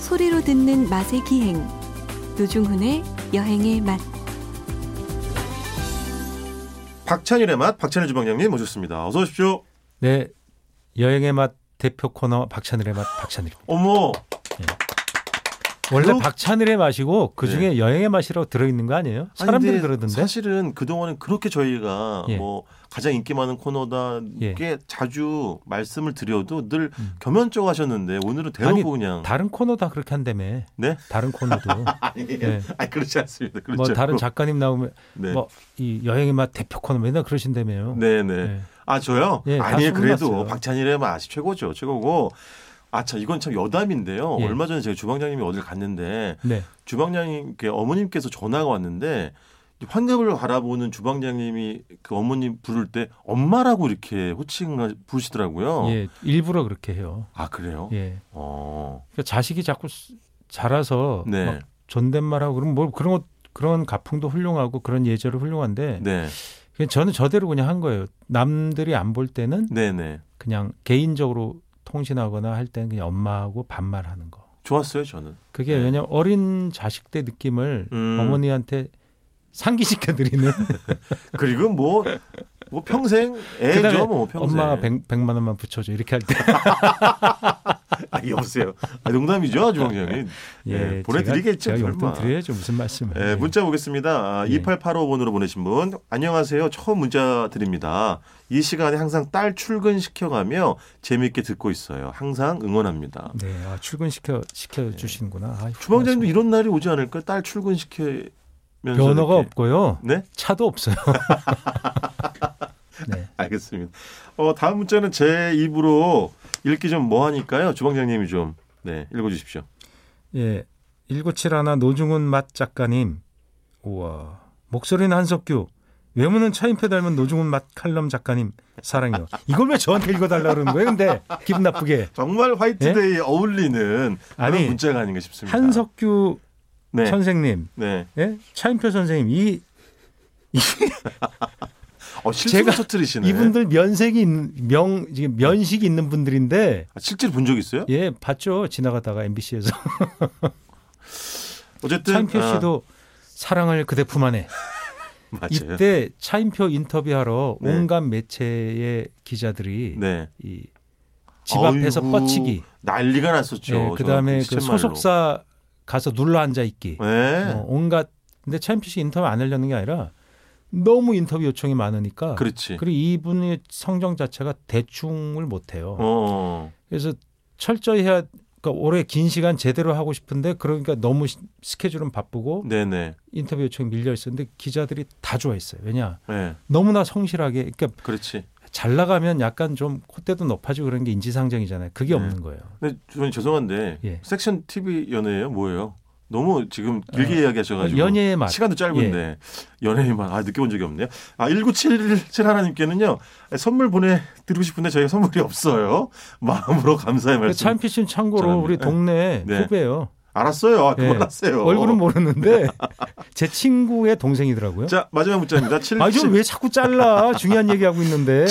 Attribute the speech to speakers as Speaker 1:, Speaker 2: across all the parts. Speaker 1: 소리로 듣는 맛의 기행 노중훈의 여행의 맛
Speaker 2: 박찬일의 맛 박찬일 주방장님 모셨습니다. 어서 오십시오.
Speaker 3: 네, 여행의 맛 대표 코너 박찬일의 맛 박찬일.
Speaker 2: 어머
Speaker 3: 원래
Speaker 2: 그거-
Speaker 3: 박찬일의 맛이고 그 중에 여행의 맛이라고 들어있는 거 아니에요? 사람들이
Speaker 2: 네. 아니, 근데
Speaker 3: 그러던데.
Speaker 2: 사실은 그동안은 그렇게 저희가
Speaker 3: 예.
Speaker 2: 뭐 가장 인기 많은 코너다
Speaker 3: 예.
Speaker 2: 꽤 자주 말씀을 드려도 늘
Speaker 3: 음.
Speaker 2: 겸연쩍 하셨는데 오늘은 대놓고
Speaker 3: 아니,
Speaker 2: 그냥
Speaker 3: 다른 코너 다 그렇게 한다며.
Speaker 2: 어. 네?
Speaker 3: 다른 코너도.
Speaker 2: 아니,
Speaker 3: 네.
Speaker 2: 아니 그렇지 않습니다. 그렇지
Speaker 3: 뭐 다른
Speaker 2: 않고.
Speaker 3: 작가님 나오면
Speaker 2: 네.
Speaker 3: 뭐 이 여행의 맛 대표 코너 맨날 그러신다며요.
Speaker 2: 네, 네.
Speaker 3: 네.
Speaker 2: 아 저요?
Speaker 3: 예, 다
Speaker 2: 아니에요. 그래도
Speaker 3: 소문났어요.
Speaker 2: 박찬일의 맛이 최고죠. 최고고. 아참 이건 참 여담인데요.
Speaker 3: 예.
Speaker 2: 얼마 전에 제가 주방장님이 어딜 갔는데
Speaker 3: 네.
Speaker 2: 주방장님께 어머님께서 전화가 왔는데 환갑을 바라보는 주방장님이 그 어머님 부를 때 엄마라고 이렇게 호칭을 부르시더라고요.
Speaker 3: 예, 일부러 그렇게 해요.
Speaker 2: 아 그래요?
Speaker 3: 예.
Speaker 2: 어,
Speaker 3: 그러니까 자식이 자꾸 쓰- 자라서
Speaker 2: 네,
Speaker 3: 막 존댓말하고 그럼 뭐 그런 것 그런 가풍도 훌륭하고 그런 예절이 훌륭한데
Speaker 2: 네,
Speaker 3: 그냥 저는 저대로 그냥 한 거예요. 남들이 안 볼 때는
Speaker 2: 네, 네.
Speaker 3: 그냥 개인적으로 통신하거나 할 때는 그냥 엄마하고 반말하는 거.
Speaker 2: 좋았어요 저는.
Speaker 3: 그게
Speaker 2: 네.
Speaker 3: 왜냐면 어린 자식 때 느낌을
Speaker 2: 음.
Speaker 3: 어머니한테 상기시켜 드리는
Speaker 2: 그리고 뭐, 뭐 평생
Speaker 3: 그다음에
Speaker 2: 애죠 뭐 평생.
Speaker 3: 엄마가 백 100, 만 원만 붙여줘 이렇게 할 때.
Speaker 2: 아 여보세요. 아, 농담이죠 주방장님. 예, 보내드리겠죠
Speaker 3: 제가, 제가
Speaker 2: 설마.
Speaker 3: 용돈 드려야죠 무슨 말씀을. 네.
Speaker 2: 예, 문자 보겠습니다. 아,
Speaker 3: 예.
Speaker 2: 2885번으로 보내신 분. 안녕하세요. 처음 문자 드립니다. 이 시간에 항상 딸 출근시켜가며 재미있게 듣고 있어요. 항상 응원합니다.
Speaker 3: 네, 아, 출근시켜 시켜 주시는구나. 아,
Speaker 2: 주방장님도 이런 날이 오지 않을까요? 딸 출근시키면서.
Speaker 3: 변호가
Speaker 2: 이렇게.
Speaker 3: 없고요.
Speaker 2: 네?
Speaker 3: 차도 없어요. 네.
Speaker 2: 알겠습니다. 어, 다음 문자는 제 입으로 읽기 좀 뭐하니까요. 주방장님이 좀 네, 읽어주십시오.
Speaker 3: 예. 1971 노중훈 맛 작가님. 우와. 목소리는 한석규. 외모는 차인표 닮은 노중훈 맛 칼럼 작가님. 사랑해요. 이걸 왜 저한테 읽어달라 그러는 거예요? 근데 기분 나쁘게.
Speaker 2: 정말 화이트데이에 어울리는 그런
Speaker 3: 네? 아니,
Speaker 2: 문자가 아닌가 싶습니다.
Speaker 3: 한석규
Speaker 2: 네.
Speaker 3: 선생님.
Speaker 2: 네.
Speaker 3: 예? 차인표 선생님. 이,
Speaker 2: 어, 실제로
Speaker 3: 제가
Speaker 2: 터뜨리시네.
Speaker 3: 이분들 면색이, 있는, 명, 지금 면식이 있는 분들인데.
Speaker 2: 아, 실제로 본 적 있어요?
Speaker 3: 예, 봤죠. 지나가다가 MBC에서.
Speaker 2: 어쨌든
Speaker 3: 차인표
Speaker 2: 아,
Speaker 3: 씨도 사랑을 그대 품 안에.
Speaker 2: 맞아요.
Speaker 3: 이때 차인표 인터뷰하러
Speaker 2: 네.
Speaker 3: 온갖 매체의 기자들이
Speaker 2: 네.
Speaker 3: 이집 앞에서
Speaker 2: 아이고,
Speaker 3: 뻗치기,
Speaker 2: 난리가 났었죠.
Speaker 3: 예, 그다음에
Speaker 2: 저는
Speaker 3: 그
Speaker 2: 시쳇말로.
Speaker 3: 소속사 가서 눌러 앉아 있기,
Speaker 2: 네.
Speaker 3: 어, 온갖 근데 차인표 씨 인터뷰 안 하려는 게 아니라 너무 인터뷰 요청이 많으니까
Speaker 2: 그렇지.
Speaker 3: 리고 이분의 성정 자체가 대충을 못해요.
Speaker 2: 어. 그래서
Speaker 3: 그래서 철저히 해야 그러니까 올해 긴 시간 제대로 하고 싶은데 그러니까 너무 시- 스케줄은 바쁘고
Speaker 2: 네네.
Speaker 3: 인터뷰 요청이 밀려 있었는데 기자들이 다 좋아했어요. 왜냐
Speaker 2: 네.
Speaker 3: 너무나 성실하게 그러니까
Speaker 2: 그렇지.
Speaker 3: 잘 나가면 약간 좀 콧대도 높아지고 그런 게 인지상정이잖아요. 그게
Speaker 2: 네.
Speaker 3: 없는 거예요.
Speaker 2: 근데 저는 죄송한데
Speaker 3: 예.
Speaker 2: 섹션 TV 연예예요? 뭐예요? 너무 지금 길게
Speaker 3: 아,
Speaker 2: 이야기하셔가지고
Speaker 3: 연예의 맛.
Speaker 2: 시간도 짧은데 연예인 맛. 아 느껴본 적이 없네요. 아 1977 하나님께는요 선물 보내드리고 싶은데 저희가 선물이 없어요. 마음으로 감사의
Speaker 3: 그
Speaker 2: 말씀.
Speaker 3: 차인피 씨는 참고로
Speaker 2: 잘합니다.
Speaker 3: 우리 동네
Speaker 2: 네.
Speaker 3: 후배예요.
Speaker 2: 알았어요. 아, 그만
Speaker 3: 예.
Speaker 2: 하세요.
Speaker 3: 얼굴은 모르는데 제 친구의 동생이더라고요.
Speaker 2: 자 마지막 문자입니다. 7
Speaker 3: 아, 이걸 왜 자꾸 잘라? 중요한 얘기하고 있는데.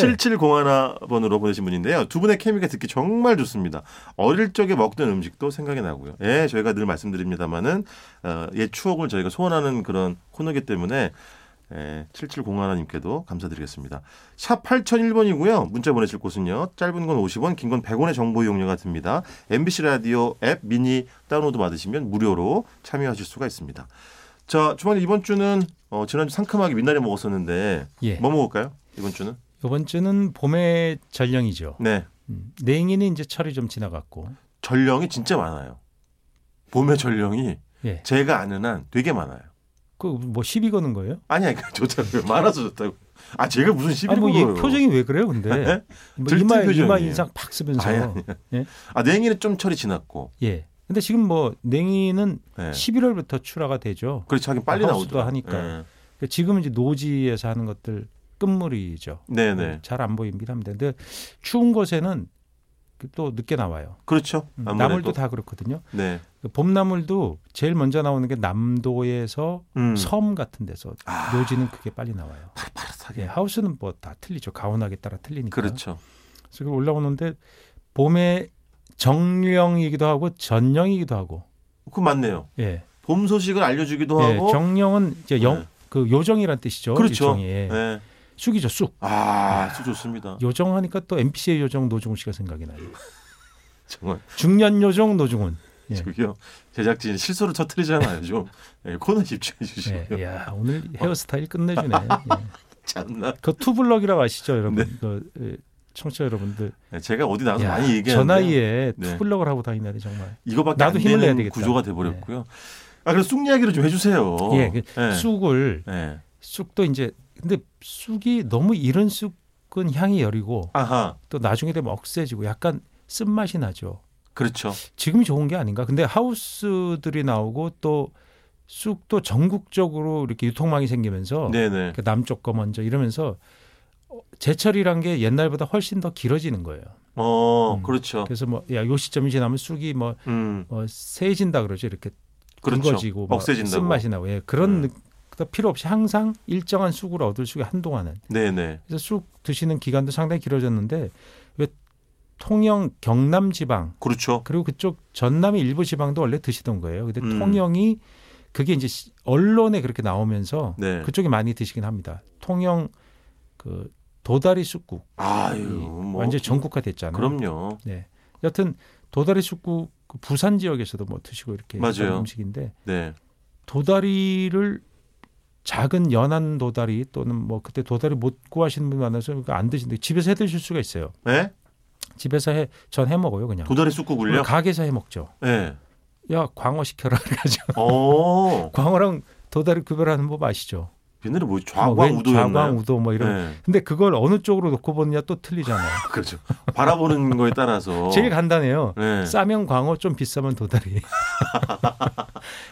Speaker 2: 7701번으로 보내신 분인데요. 두 분의 케미가 듣기 정말 좋습니다. 어릴 적에 먹던 음식도 생각이 나고요. 예, 저희가 늘 말씀드립니다만은 어, 옛 추억을 저희가 소원하는 그런 코너기 때문에 예, 7701님께도 감사드리겠습니다. 샵 8001번이고요. 문자 보내실 곳은요. 짧은 건 50원, 긴 건 100원의 정보 이용료가 듭니다. MBC 라디오 앱 미니 다운로드 받으시면 무료로 참여하실 수가 있습니다. 자, 주말에 이번 주는 어, 지난주 상큼하게 민날이 먹었었는데
Speaker 3: 예.
Speaker 2: 뭐 먹을까요? 이번 주는?
Speaker 3: 이번 주는 봄의 전령이죠.
Speaker 2: 네.
Speaker 3: 음, 냉이는 이제 철이 좀 지나갔고.
Speaker 2: 전령이 진짜 많아요. 봄의 전령이
Speaker 3: 예.
Speaker 2: 제가 아는 한 되게 많아요.
Speaker 3: 그 뭐 시비 거는 거예요?
Speaker 2: 아니, 아니 좋다고요. 많아서 좋다고. 아, 제가 무슨 시비를
Speaker 3: 아니 뭐얘
Speaker 2: 걸어요. 예? 네?
Speaker 3: 표정이 왜 그래요, 근데? 뭐
Speaker 2: 들뜬
Speaker 3: 이마 이마
Speaker 2: 표정이에요.
Speaker 3: 인상 팍 쓰면서.
Speaker 2: 아니, 아니.
Speaker 3: 예.
Speaker 2: 아, 냉이는 좀 철이 지났고.
Speaker 3: 예. 근데 지금 뭐 냉이는
Speaker 2: 예.
Speaker 3: 11월부터 출하가 되죠.
Speaker 2: 그렇지, 하긴 빨리
Speaker 3: 아, 하우스도
Speaker 2: 나오죠.
Speaker 3: 하니까.
Speaker 2: 예.
Speaker 3: 그러니까 지금은 이제 노지에서 하는 것들 끝물이죠.
Speaker 2: 네, 네.
Speaker 3: 음, 잘 안 보입니다. 근데 추운 곳에는 또 늦게 나와요.
Speaker 2: 그렇죠.
Speaker 3: 음,
Speaker 2: 아무래도.
Speaker 3: 나물도 다 그렇거든요.
Speaker 2: 네.
Speaker 3: 그 봄나물도 제일 먼저 나오는 게 남도에서
Speaker 2: 음.
Speaker 3: 섬 같은 데서
Speaker 2: 아.
Speaker 3: 묘지는 그게 빨리 나와요.
Speaker 2: 파릇파릇하게.
Speaker 3: 예, 하우스는 뭐 다 틀리죠. 가온하게 따라 틀리니까.
Speaker 2: 그렇죠.
Speaker 3: 그래서 그걸 올라오는데 봄의 정령이기도 하고 전령이기도 하고.
Speaker 2: 그 맞네요.
Speaker 3: 예.
Speaker 2: 봄 소식을 알려주기도
Speaker 3: 예.
Speaker 2: 하고.
Speaker 3: 정령은 이제 영,
Speaker 2: 어, 네.
Speaker 3: 그 요정이란 뜻이죠.
Speaker 2: 그렇죠.
Speaker 3: 일종의. 예.
Speaker 2: 네.
Speaker 3: 쑥이죠, 쑥.
Speaker 2: 아, 아주 좋습니다.
Speaker 3: 요정 하니까 또 MBC의 요정 노중훈 씨가 생각이 나요.
Speaker 2: 정말
Speaker 3: 중년 요정 노중훈. 예.
Speaker 2: 저기요 제작진 실수를 터뜨리잖아요. 좀 예, 코너 집중해
Speaker 3: 예.
Speaker 2: 주시고요.
Speaker 3: 야 오늘 헤어스타일 끝내주네. 예.
Speaker 2: 참나.
Speaker 3: 그 투블럭이라고 아시죠, 여러분? 그 예, 청취자 여러분들.
Speaker 2: 예, 제가 어디 네. 나가서
Speaker 3: 야,
Speaker 2: 많이
Speaker 3: 저
Speaker 2: 얘기하는데
Speaker 3: 나이에
Speaker 2: 네.
Speaker 3: 투블럭을 하고 다니다니 정말.
Speaker 2: 이거밖에
Speaker 3: 나도
Speaker 2: 안
Speaker 3: 힘을 내야
Speaker 2: 되는
Speaker 3: 되겠다. 네.
Speaker 2: 구조가 돼버렸고요. 아 그럼 쑥 이야기를 좀 해주세요.
Speaker 3: 예, 그
Speaker 2: 예.
Speaker 3: 쑥을
Speaker 2: 예.
Speaker 3: 쑥도 이제 근데 쑥이 너무 이른 쑥은 향이 여리고
Speaker 2: 아하,
Speaker 3: 또 나중에 되면 억세지고 약간 쓴맛이 나죠.
Speaker 2: 그렇죠.
Speaker 3: 지금이 좋은 게 아닌가. 근데 하우스들이 나오고 또 쑥도 전국적으로 이렇게 유통망이 생기면서
Speaker 2: 네네.
Speaker 3: 그 남쪽 거 먼저 이러면서 어, 제철이란 게 옛날보다 훨씬 더 길어지는 거예요.
Speaker 2: 어,
Speaker 3: 음.
Speaker 2: 그렇죠.
Speaker 3: 그래서 뭐야요 시점이 지나면 쑥이 뭐
Speaker 2: 음,
Speaker 3: 어, 세진다 그러죠. 이렇게
Speaker 2: 그렇죠.
Speaker 3: 굵어지고 막
Speaker 2: 억세진다고.
Speaker 3: 쓴맛이 나고 예, 그런
Speaker 2: 음.
Speaker 3: 느- 그 필요 없이 항상 일정한 쑥을 얻을 수가 한동안은
Speaker 2: 네네.
Speaker 3: 그래서 쑥 드시는 기간도 상당히 길어졌는데 왜 통영 경남 지방
Speaker 2: 그렇죠.
Speaker 3: 그리고 그쪽 전남의 일부 지방도 원래 드시던 거예요. 근데
Speaker 2: 음.
Speaker 3: 통영이 그게 이제 시- 언론에 그렇게 나오면서
Speaker 2: 네.
Speaker 3: 그쪽이 많이 드시긴 합니다. 통영 그 도다리 쑥국
Speaker 2: 아유, 뭐.
Speaker 3: 완전 히 전국화 됐잖아요.
Speaker 2: 그럼요.
Speaker 3: 네. 여튼 도다리 쑥국 그 부산 지역에서도 뭐 드시고 이렇게
Speaker 2: 맞아요.
Speaker 3: 하는 음식인데
Speaker 2: 네.
Speaker 3: 도다리를 작은 연한 도다리 또는 뭐 그때 도다리 못 구하시는 분 많아서 그거 안 드신데 집에서 해 드실 수가 있어요.
Speaker 2: 예?
Speaker 3: 집에서 해 전 해 먹어요 그냥.
Speaker 2: 도다리 쑥국을요?
Speaker 3: 가게에서 해 먹죠.
Speaker 2: 예.
Speaker 3: 야 광어 시켜라 그래가지고
Speaker 2: 어.
Speaker 3: 광어랑 도다리 구별하는 법 아시죠?
Speaker 2: 옛날에 뭐
Speaker 3: 뭐 왼-
Speaker 2: 좌광우도였나요?
Speaker 3: 좌광우도 뭐 이런.
Speaker 2: 네.
Speaker 3: 근데 그걸 어느 쪽으로 놓고 보느냐 또 틀리잖아요.
Speaker 2: 그렇죠. 바라보는 거에 따라서.
Speaker 3: 제일 간단해요.
Speaker 2: 네.
Speaker 3: 싸면 광어 좀 비싸면 도다리.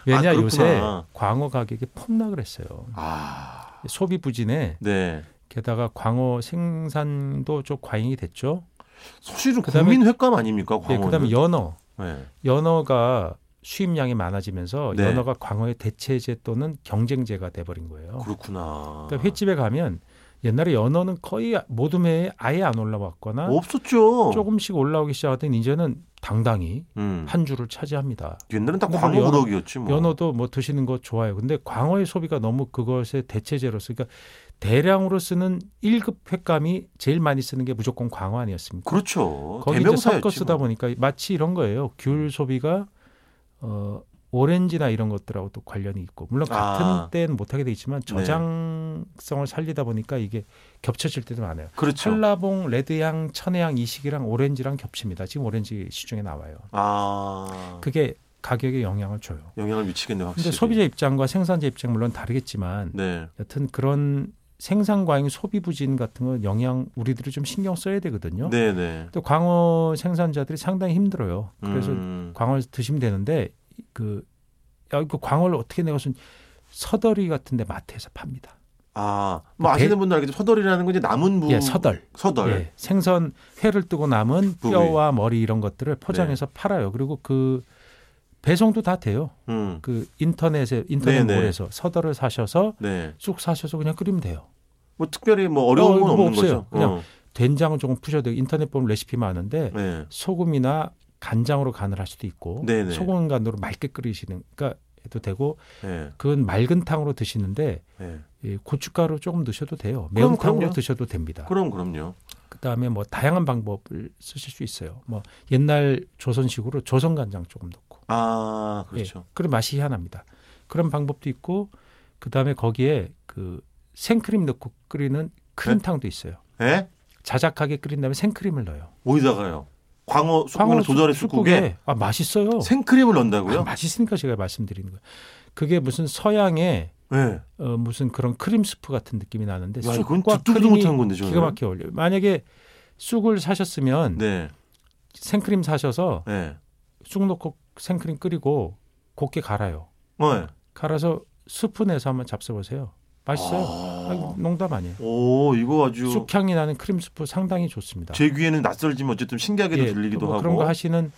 Speaker 3: 왜냐
Speaker 2: 아, 그렇구나.
Speaker 3: 요새 광어 가격이 폭락을 했어요.
Speaker 2: 아,
Speaker 3: 소비 부진에
Speaker 2: 네.
Speaker 3: 게다가 광어 생산도 좀 과잉이 됐죠.
Speaker 2: 사실은
Speaker 3: 그다음에-
Speaker 2: 국민 횟감 아닙니까
Speaker 3: 예,
Speaker 2: 광어는?
Speaker 3: 그다음에 연어,
Speaker 2: 네.
Speaker 3: 연어가 수입량이 많아지면서
Speaker 2: 네.
Speaker 3: 연어가 광어의 대체제 또는 경쟁제가 돼버린 거예요.
Speaker 2: 그렇구나.
Speaker 3: 그러니까 횟집에 가면 옛날에 연어는 거의 모든 회에 아예 안 올라왔거나
Speaker 2: 없었죠.
Speaker 3: 조금씩 올라오기 시작하더니 이제는 당당히
Speaker 2: 음.
Speaker 3: 한 줄을 차지합니다.
Speaker 2: 옛날엔 다
Speaker 3: 근데
Speaker 2: 광어
Speaker 3: 연어-
Speaker 2: 우럭이었지 뭐.
Speaker 3: 연어도 뭐 드시는 거 좋아요. 근데 광어의 소비가 너무 그것의 대체제로서 그러니까 대량으로 쓰는 1급 횟감이 제일 많이 쓰는 게 무조건 광어 아니었습니까?
Speaker 2: 그렇죠.
Speaker 3: 거기 이제
Speaker 2: 대명사였지
Speaker 3: 섞어 쓰다
Speaker 2: 뭐. 음.
Speaker 3: 보니까 마치 이런 거예요. 귤 소비가 어 오렌지나 이런 것들하고 또 관련이 있고 물론 같은
Speaker 2: 아.
Speaker 3: 때는 못하게 되겠지만 저장성을 살리다 보니까 이게 겹쳐질 때도 많아요.
Speaker 2: 그렇죠.
Speaker 3: 한라봉, 레드향, 천혜향, 이식이랑 오렌지랑 겹칩니다. 지금 오렌지 시중에 나와요.
Speaker 2: 아.
Speaker 3: 그게 가격에 영향을 줘요.
Speaker 2: 영향을 미치겠네
Speaker 3: 근데
Speaker 2: 확실히.
Speaker 3: 소비자 입장과 생산자 입장 물론 다르겠지만
Speaker 2: 네.
Speaker 3: 여튼 그런 생산 과잉 소비 부진 같은 건 영향 우리들이 좀 신경 써야 되거든요.
Speaker 2: 네, 네.
Speaker 3: 또 광어 생산자들이 상당히 힘들어요. 그래서
Speaker 2: 음.
Speaker 3: 광어를 드시면 되는데 그, 야, 그 광어를 어떻게 내가 무슨 서더리 같은데 마트에서 팝니다.
Speaker 2: 아, 뭐
Speaker 3: 그 대-
Speaker 2: 아시는 분들 알겠지만 서덜이라는 건 이제 남은 부
Speaker 3: 예, 서덜.
Speaker 2: 서덜.
Speaker 3: 예, 생선 회를 뜨고 남은
Speaker 2: 부위. 네.
Speaker 3: 뼈와 머리 이런 것들을 포장해서 팔아요. 그리고 그 배송도 다 돼요.
Speaker 2: 음.
Speaker 3: 그 인터넷에 인터넷몰에서 서더를 사셔서
Speaker 2: 네.
Speaker 3: 쑥 사셔서 그냥 끓이면 돼요.
Speaker 2: 뭐 특별히 뭐 어려운
Speaker 3: 어,
Speaker 2: 건
Speaker 3: 뭐
Speaker 2: 없는
Speaker 3: 없어요.
Speaker 2: 거죠.
Speaker 3: 그냥
Speaker 2: 어.
Speaker 3: 된장은 조금 푸셔도 되고 인터넷 보면 레시피 많은데
Speaker 2: 네.
Speaker 3: 소금이나 간장으로 간을 할 수도 있고
Speaker 2: 네네.
Speaker 3: 소금 간으로 맑게 끓이시는 그러니까 해도 되고
Speaker 2: 네.
Speaker 3: 그건 맑은 탕으로 드시는데
Speaker 2: 네.
Speaker 3: 예, 고춧가루 조금 넣으셔도 돼요.
Speaker 2: 그럼,
Speaker 3: 매운탕으로
Speaker 2: 그럼요.
Speaker 3: 드셔도 됩니다.
Speaker 2: 그럼 그럼요.
Speaker 3: 그 다음에 뭐 다양한 방법을 쓰실 수 있어요. 뭐 옛날 조선식으로 조선 간장 조금 넣고
Speaker 2: 아, 그렇죠.
Speaker 3: 예, 그럼 맛이 희한합니다. 그런 방법도 있고 그 다음에 거기에 그 생크림 넣고 끓이는 크림탕도 있어요.
Speaker 2: 예?
Speaker 3: 자작하게 끓인 다음에 생크림을 넣어요.
Speaker 2: 어디다가요? 광어 쑥국이나 도자리 쑥국에
Speaker 3: 아 맛있어요.
Speaker 2: 생크림을
Speaker 3: 아,
Speaker 2: 넣는다고요?
Speaker 3: 맛있으니까 제가 말씀드리는 거예요. 그게 무슨 서양의
Speaker 2: 예.
Speaker 3: 어, 무슨 그런 크림 스프 같은 느낌이 나는데
Speaker 2: 야, 이건
Speaker 3: 네, 쑥과
Speaker 2: 듣도
Speaker 3: 크림이
Speaker 2: 못한 건데 저는.
Speaker 3: 기가 막히게 어울려요. 만약에 쑥을 사셨으면
Speaker 2: 네.
Speaker 3: 생크림 사셔서
Speaker 2: 예.
Speaker 3: 쑥 넣고 생크림 끓이고 곱게 갈아요.
Speaker 2: 어, 예.
Speaker 3: 갈아서 스프 내서 한번 잡숴보세요. 맛있어요.
Speaker 2: 아.
Speaker 3: 아, 농담 아니에요.
Speaker 2: 오, 이거 아주
Speaker 3: 쑥향이 나는 크림 스프 상당히 좋습니다.
Speaker 2: 제 귀에는 낯설지만 어쨌든 신기하게도
Speaker 3: 예,
Speaker 2: 들리기도
Speaker 3: 또뭐
Speaker 2: 하고.
Speaker 3: 그런 거 하시는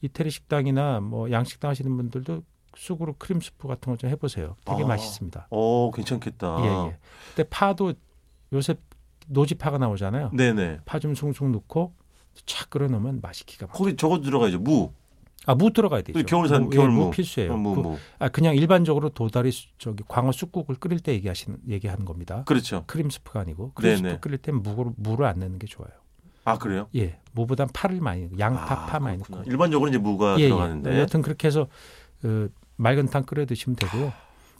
Speaker 3: 이태리 식당이나 뭐 양식당 하시는 분들도 쑥으로 크림 스프 같은 거 좀 해보세요. 되게
Speaker 2: 아.
Speaker 3: 맛있습니다.
Speaker 2: 오, 어, 괜찮겠다.
Speaker 3: 예, 예.
Speaker 2: 음.
Speaker 3: 근데 파도 요새 노지파가 나오잖아요.
Speaker 2: 네네.
Speaker 3: 파 좀 숭숭 넣고 착 끓여놓으면 맛이 기가 막.
Speaker 2: 거기 저거 들어가야죠. 무.
Speaker 3: 아무 들어가야 되죠.
Speaker 2: 겨울산
Speaker 3: 무, 예,
Speaker 2: 겨울무.
Speaker 3: 무 필수예요.
Speaker 2: 무,
Speaker 3: 그-
Speaker 2: 무.
Speaker 3: 아 그냥 일반적으로 도다리 수- 저기 광어 쑥국을 끓일 때 얘기하시는 얘기하는 겁니다.
Speaker 2: 그렇죠.
Speaker 3: 크림 스프가 아니고
Speaker 2: 네네.
Speaker 3: 크림 스프 끓일 때 무를 무를 안 넣는 게 좋아요.
Speaker 2: 아 그래요?
Speaker 3: 예, 무보단 파를 많이 넣고 양파
Speaker 2: 아,
Speaker 3: 파 많이
Speaker 2: 그렇구나.
Speaker 3: 넣고.
Speaker 2: 일반적으로 이제 무가
Speaker 3: 예,
Speaker 2: 아, 들어가는데.
Speaker 3: 예. 여튼 그렇게 해서 어, 맑은 탕 끓여 드시면 되고요.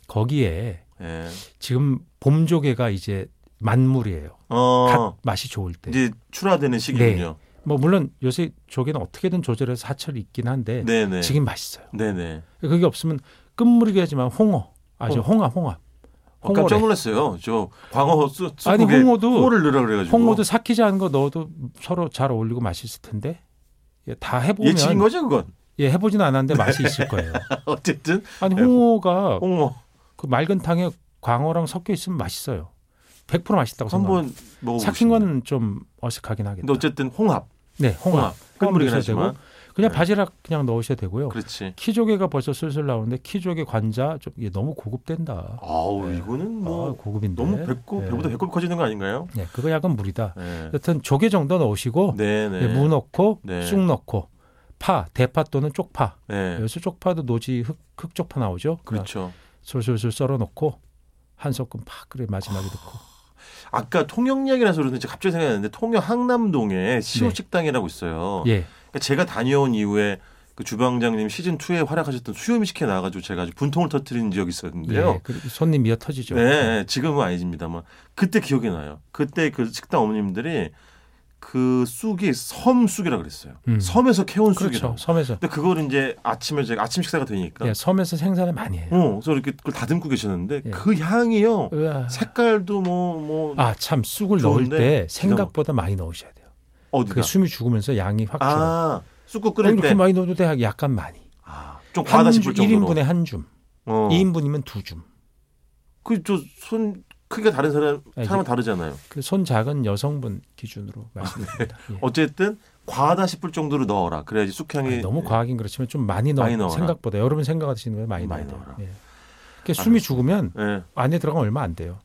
Speaker 3: 거기에
Speaker 2: 예.
Speaker 3: 지금 봄조개가 이제 만물이에요.
Speaker 2: 어
Speaker 3: 갓 네. 맛이 좋을 때.
Speaker 2: 이제 출하되는 시기군요.
Speaker 3: 뭐 물론 요새 조개는 어떻게든 조절해서 사철이 있긴 한데
Speaker 2: 네, 네.
Speaker 3: 지금 맛있어요.
Speaker 2: 네, 네.
Speaker 3: 그게 없으면 끝물이긴 하지만 홍어, 아저 홍합, 홍합.
Speaker 2: 어, 깜짝
Speaker 3: 홍어래.
Speaker 2: 놀랐어요. 저 광어 수, 수
Speaker 3: 아니,
Speaker 2: 국에
Speaker 3: 홍어도-
Speaker 2: 홍어를 넣으라 그래가지고
Speaker 3: 홍어도 삭히지 않은 거 넣어도 서로 잘 어울리고 맛있을 텐데 예, 다 해보면
Speaker 2: 예측인 거죠 그건.
Speaker 3: 예, 해보진 않았는데 맛이 있을 거예요.
Speaker 2: 어쨌든
Speaker 3: 아니 홍어가
Speaker 2: 홍어
Speaker 3: 그 맑은 탕에 광어랑 섞여 있으면 맛있어요. 100% 맛있다고 생각합니다.
Speaker 2: 한번 먹어보고
Speaker 3: 삭힌
Speaker 2: 싶네요.
Speaker 3: 거는 좀 어색하긴 하겠다.
Speaker 2: 근데 어쨌든 홍합,
Speaker 3: 네, 홍합.
Speaker 2: 홍합, 끝물이긴
Speaker 3: 넣으셔도
Speaker 2: 하지만
Speaker 3: 그냥
Speaker 2: 네.
Speaker 3: 바지락 그냥 넣으셔도 되고요.
Speaker 2: 그렇지.
Speaker 3: 키조개가 벌써 슬슬 나오는데 키조개 관자 좀 이게 너무 고급된다.
Speaker 2: 아우 이거는 뭐
Speaker 3: 아, 고급인데.
Speaker 2: 너무 배꼽
Speaker 3: 예.
Speaker 2: 배보다 배꼽 커지는 거 아닌가요?
Speaker 3: 네, 그거 약간 무리다.
Speaker 2: 네,
Speaker 3: 여튼 조개 정도 넣으시고
Speaker 2: 네,
Speaker 3: 예, 무 넣고
Speaker 2: 네.
Speaker 3: 쑥 넣고 파, 대파 또는 쪽파.
Speaker 2: 네.
Speaker 3: 여기서 쪽파도 노지 흑, 흑쪽파 나오죠.
Speaker 2: 그렇죠.
Speaker 3: 솔솔솔 썰어 놓고 한 소끔 팍 그래 마지막에 넣고.
Speaker 2: 아까 통영 이야기라서 그러는데 갑자기 생각났는데 통영 항남동에 시옷식당이라고 있어요.
Speaker 3: 예.
Speaker 2: 그러니까 제가 다녀온 이후에 그 주방장님 시즌 2에 활약하셨던 수요미식회 나와가지고 제가 아주 분통을 터뜨린 지역이 있었는데요.
Speaker 3: 예, 그 손님 이어 터지죠.
Speaker 2: 네, 지금은 아니십니다만 그때 기억이 나요. 그때 그 식당 어머님들이 그 쑥이 섬쑥이라 그랬어요.
Speaker 3: 음.
Speaker 2: 섬에서 캐온
Speaker 3: 그렇죠.
Speaker 2: 쑥이라고.
Speaker 3: 섬에서.
Speaker 2: 근데 그걸 이제 아침에 제가 아침 식사가 되니까
Speaker 3: 예, 섬에서 생산을 많이 해요.
Speaker 2: 어, 그래서 이렇게 그걸 다듬고 계셨는데
Speaker 3: 예.
Speaker 2: 그 향이요.
Speaker 3: 으아.
Speaker 2: 색깔도 뭐 뭐
Speaker 3: 아, 참 쑥을 넣을
Speaker 2: 좋은데
Speaker 3: 때 생각보다 많이 넣으셔야 돼요.
Speaker 2: 어디가
Speaker 3: 그 숨이 죽으면서 양이 확 줄어. 요
Speaker 2: 아, 쑥국 끓일
Speaker 3: 이렇게
Speaker 2: 때
Speaker 3: 많이 넣어도 돼 약간 많이.
Speaker 2: 아, 좀 과하다
Speaker 3: 한 줄,
Speaker 2: 싶을 정도로.
Speaker 3: 1인분에 한 줌.
Speaker 2: 어.
Speaker 3: 이 2인분이면 두 줌.
Speaker 2: 그저손 크기가 다른 사람
Speaker 3: 아, 이게-
Speaker 2: 사람은 다르잖아요.
Speaker 3: 그 손 작은 여성분 기준으로 말씀드립니다. 예.
Speaker 2: 어쨌든 과하다 싶을 정도로 넣어라. 그래야지 쑥향이
Speaker 3: 아니, 너무 과하긴 그렇지만 좀 많이 넣어
Speaker 2: 많이 넣어라.
Speaker 3: 생각보다 여러분 생각하시는 거에 많이,
Speaker 2: 많이
Speaker 3: 넣어야 돼요.
Speaker 2: 넣어라.
Speaker 3: 예. 그러니까 숨이 죽으면
Speaker 2: 예.
Speaker 3: 안에 들어가면 얼마 안 돼요.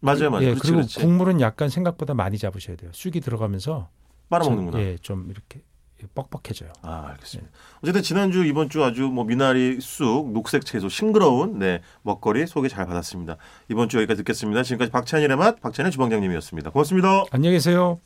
Speaker 2: 맞아요, 맞아요.
Speaker 3: 예,
Speaker 2: 그렇지,
Speaker 3: 그리고
Speaker 2: 그렇지.
Speaker 3: 국물은 약간 생각보다 많이 잡으셔야 돼요. 쑥이 들어가면서
Speaker 2: 빨아먹는구나.
Speaker 3: 좀, 예, 좀 이렇게 뻑뻑해져요.
Speaker 2: 아, 알겠습니다. 어쨌든 지난주 이번 주 아주 뭐 미나리 쑥, 녹색 채소, 싱그러운 네 먹거리 소개 잘 받았습니다. 이번 주 여기까지 듣겠습니다. 지금까지 박찬일의 맛, 박찬일 주방장님이었습니다. 고맙습니다.
Speaker 3: 안녕히 계세요.